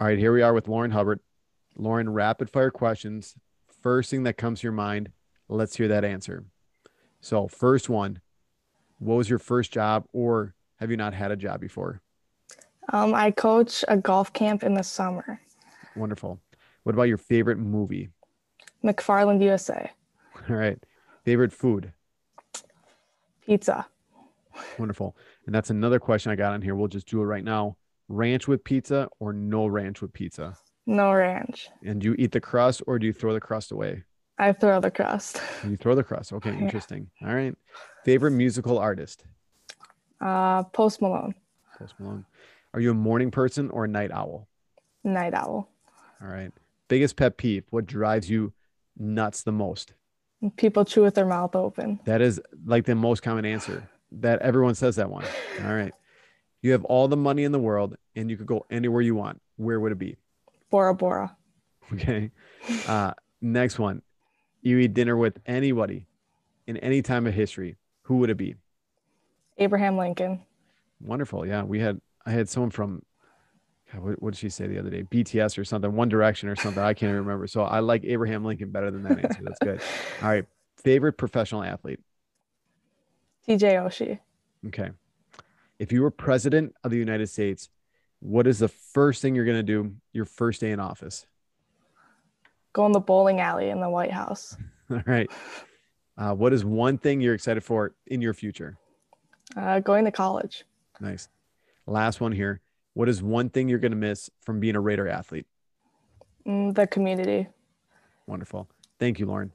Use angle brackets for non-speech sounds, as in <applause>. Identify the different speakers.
Speaker 1: All right, here we are with Lauren Hubbard. Lauren, rapid fire questions. First thing that comes to your mind, let's hear that answer. So, first one, what was your first job, or have you not had a job before?
Speaker 2: Um, I coach a golf camp in the summer.
Speaker 1: Wonderful. What about your favorite movie? <laughs>
Speaker 2: McFarland, USA.
Speaker 1: All right. Favorite food?
Speaker 2: Pizza.
Speaker 1: Wonderful. And that's another question I got on here. We'll just do it right now. Ranch with pizza or no ranch with pizza?
Speaker 2: No ranch.
Speaker 1: And do you eat the crust or do you throw the crust away?
Speaker 2: I throw the crust. <laughs>
Speaker 1: You throw the crust. Okay,
Speaker 2: Yeah.
Speaker 1: interesting. All right. Favorite musical artist?
Speaker 2: Uh, Post Malone,
Speaker 1: Post Malone. Are you a morning person or a night owl?
Speaker 2: Night Owl.
Speaker 1: All right. Biggest pet peeve, what drives you nuts the most?
Speaker 2: People chew with their mouth open.
Speaker 1: That is like the most common answer that everyone says that one. All right. You have all the money in the world and you could go anywhere you want. Where would it be? <laughs>
Speaker 2: Bora Bora.
Speaker 1: Okay. Uh, next one. You eat dinner with anybody in any time of history. Who would it be?
Speaker 2: Abraham Lincoln.
Speaker 1: Wonderful. Yeah. We had, I had someone from, God, what, what did she say the other day? BTS or something, One Direction or something. I can't even remember. So I like Abraham Lincoln better than that answer. That's good. All right. Favorite professional athlete.
Speaker 2: TJ Oshie.
Speaker 1: Okay. If you were president of the United States, what is the first thing you're going to do your first day in office? <laughs>
Speaker 2: Go in the bowling alley in the White House.
Speaker 1: All right. Uh, what is one thing you're excited for in your future?
Speaker 2: Uh, going to college.
Speaker 1: Nice. Last one here. What is one thing you're going to miss from being a Raider athlete?
Speaker 2: Mm, the community.
Speaker 1: Wonderful. Thank you, Lauren.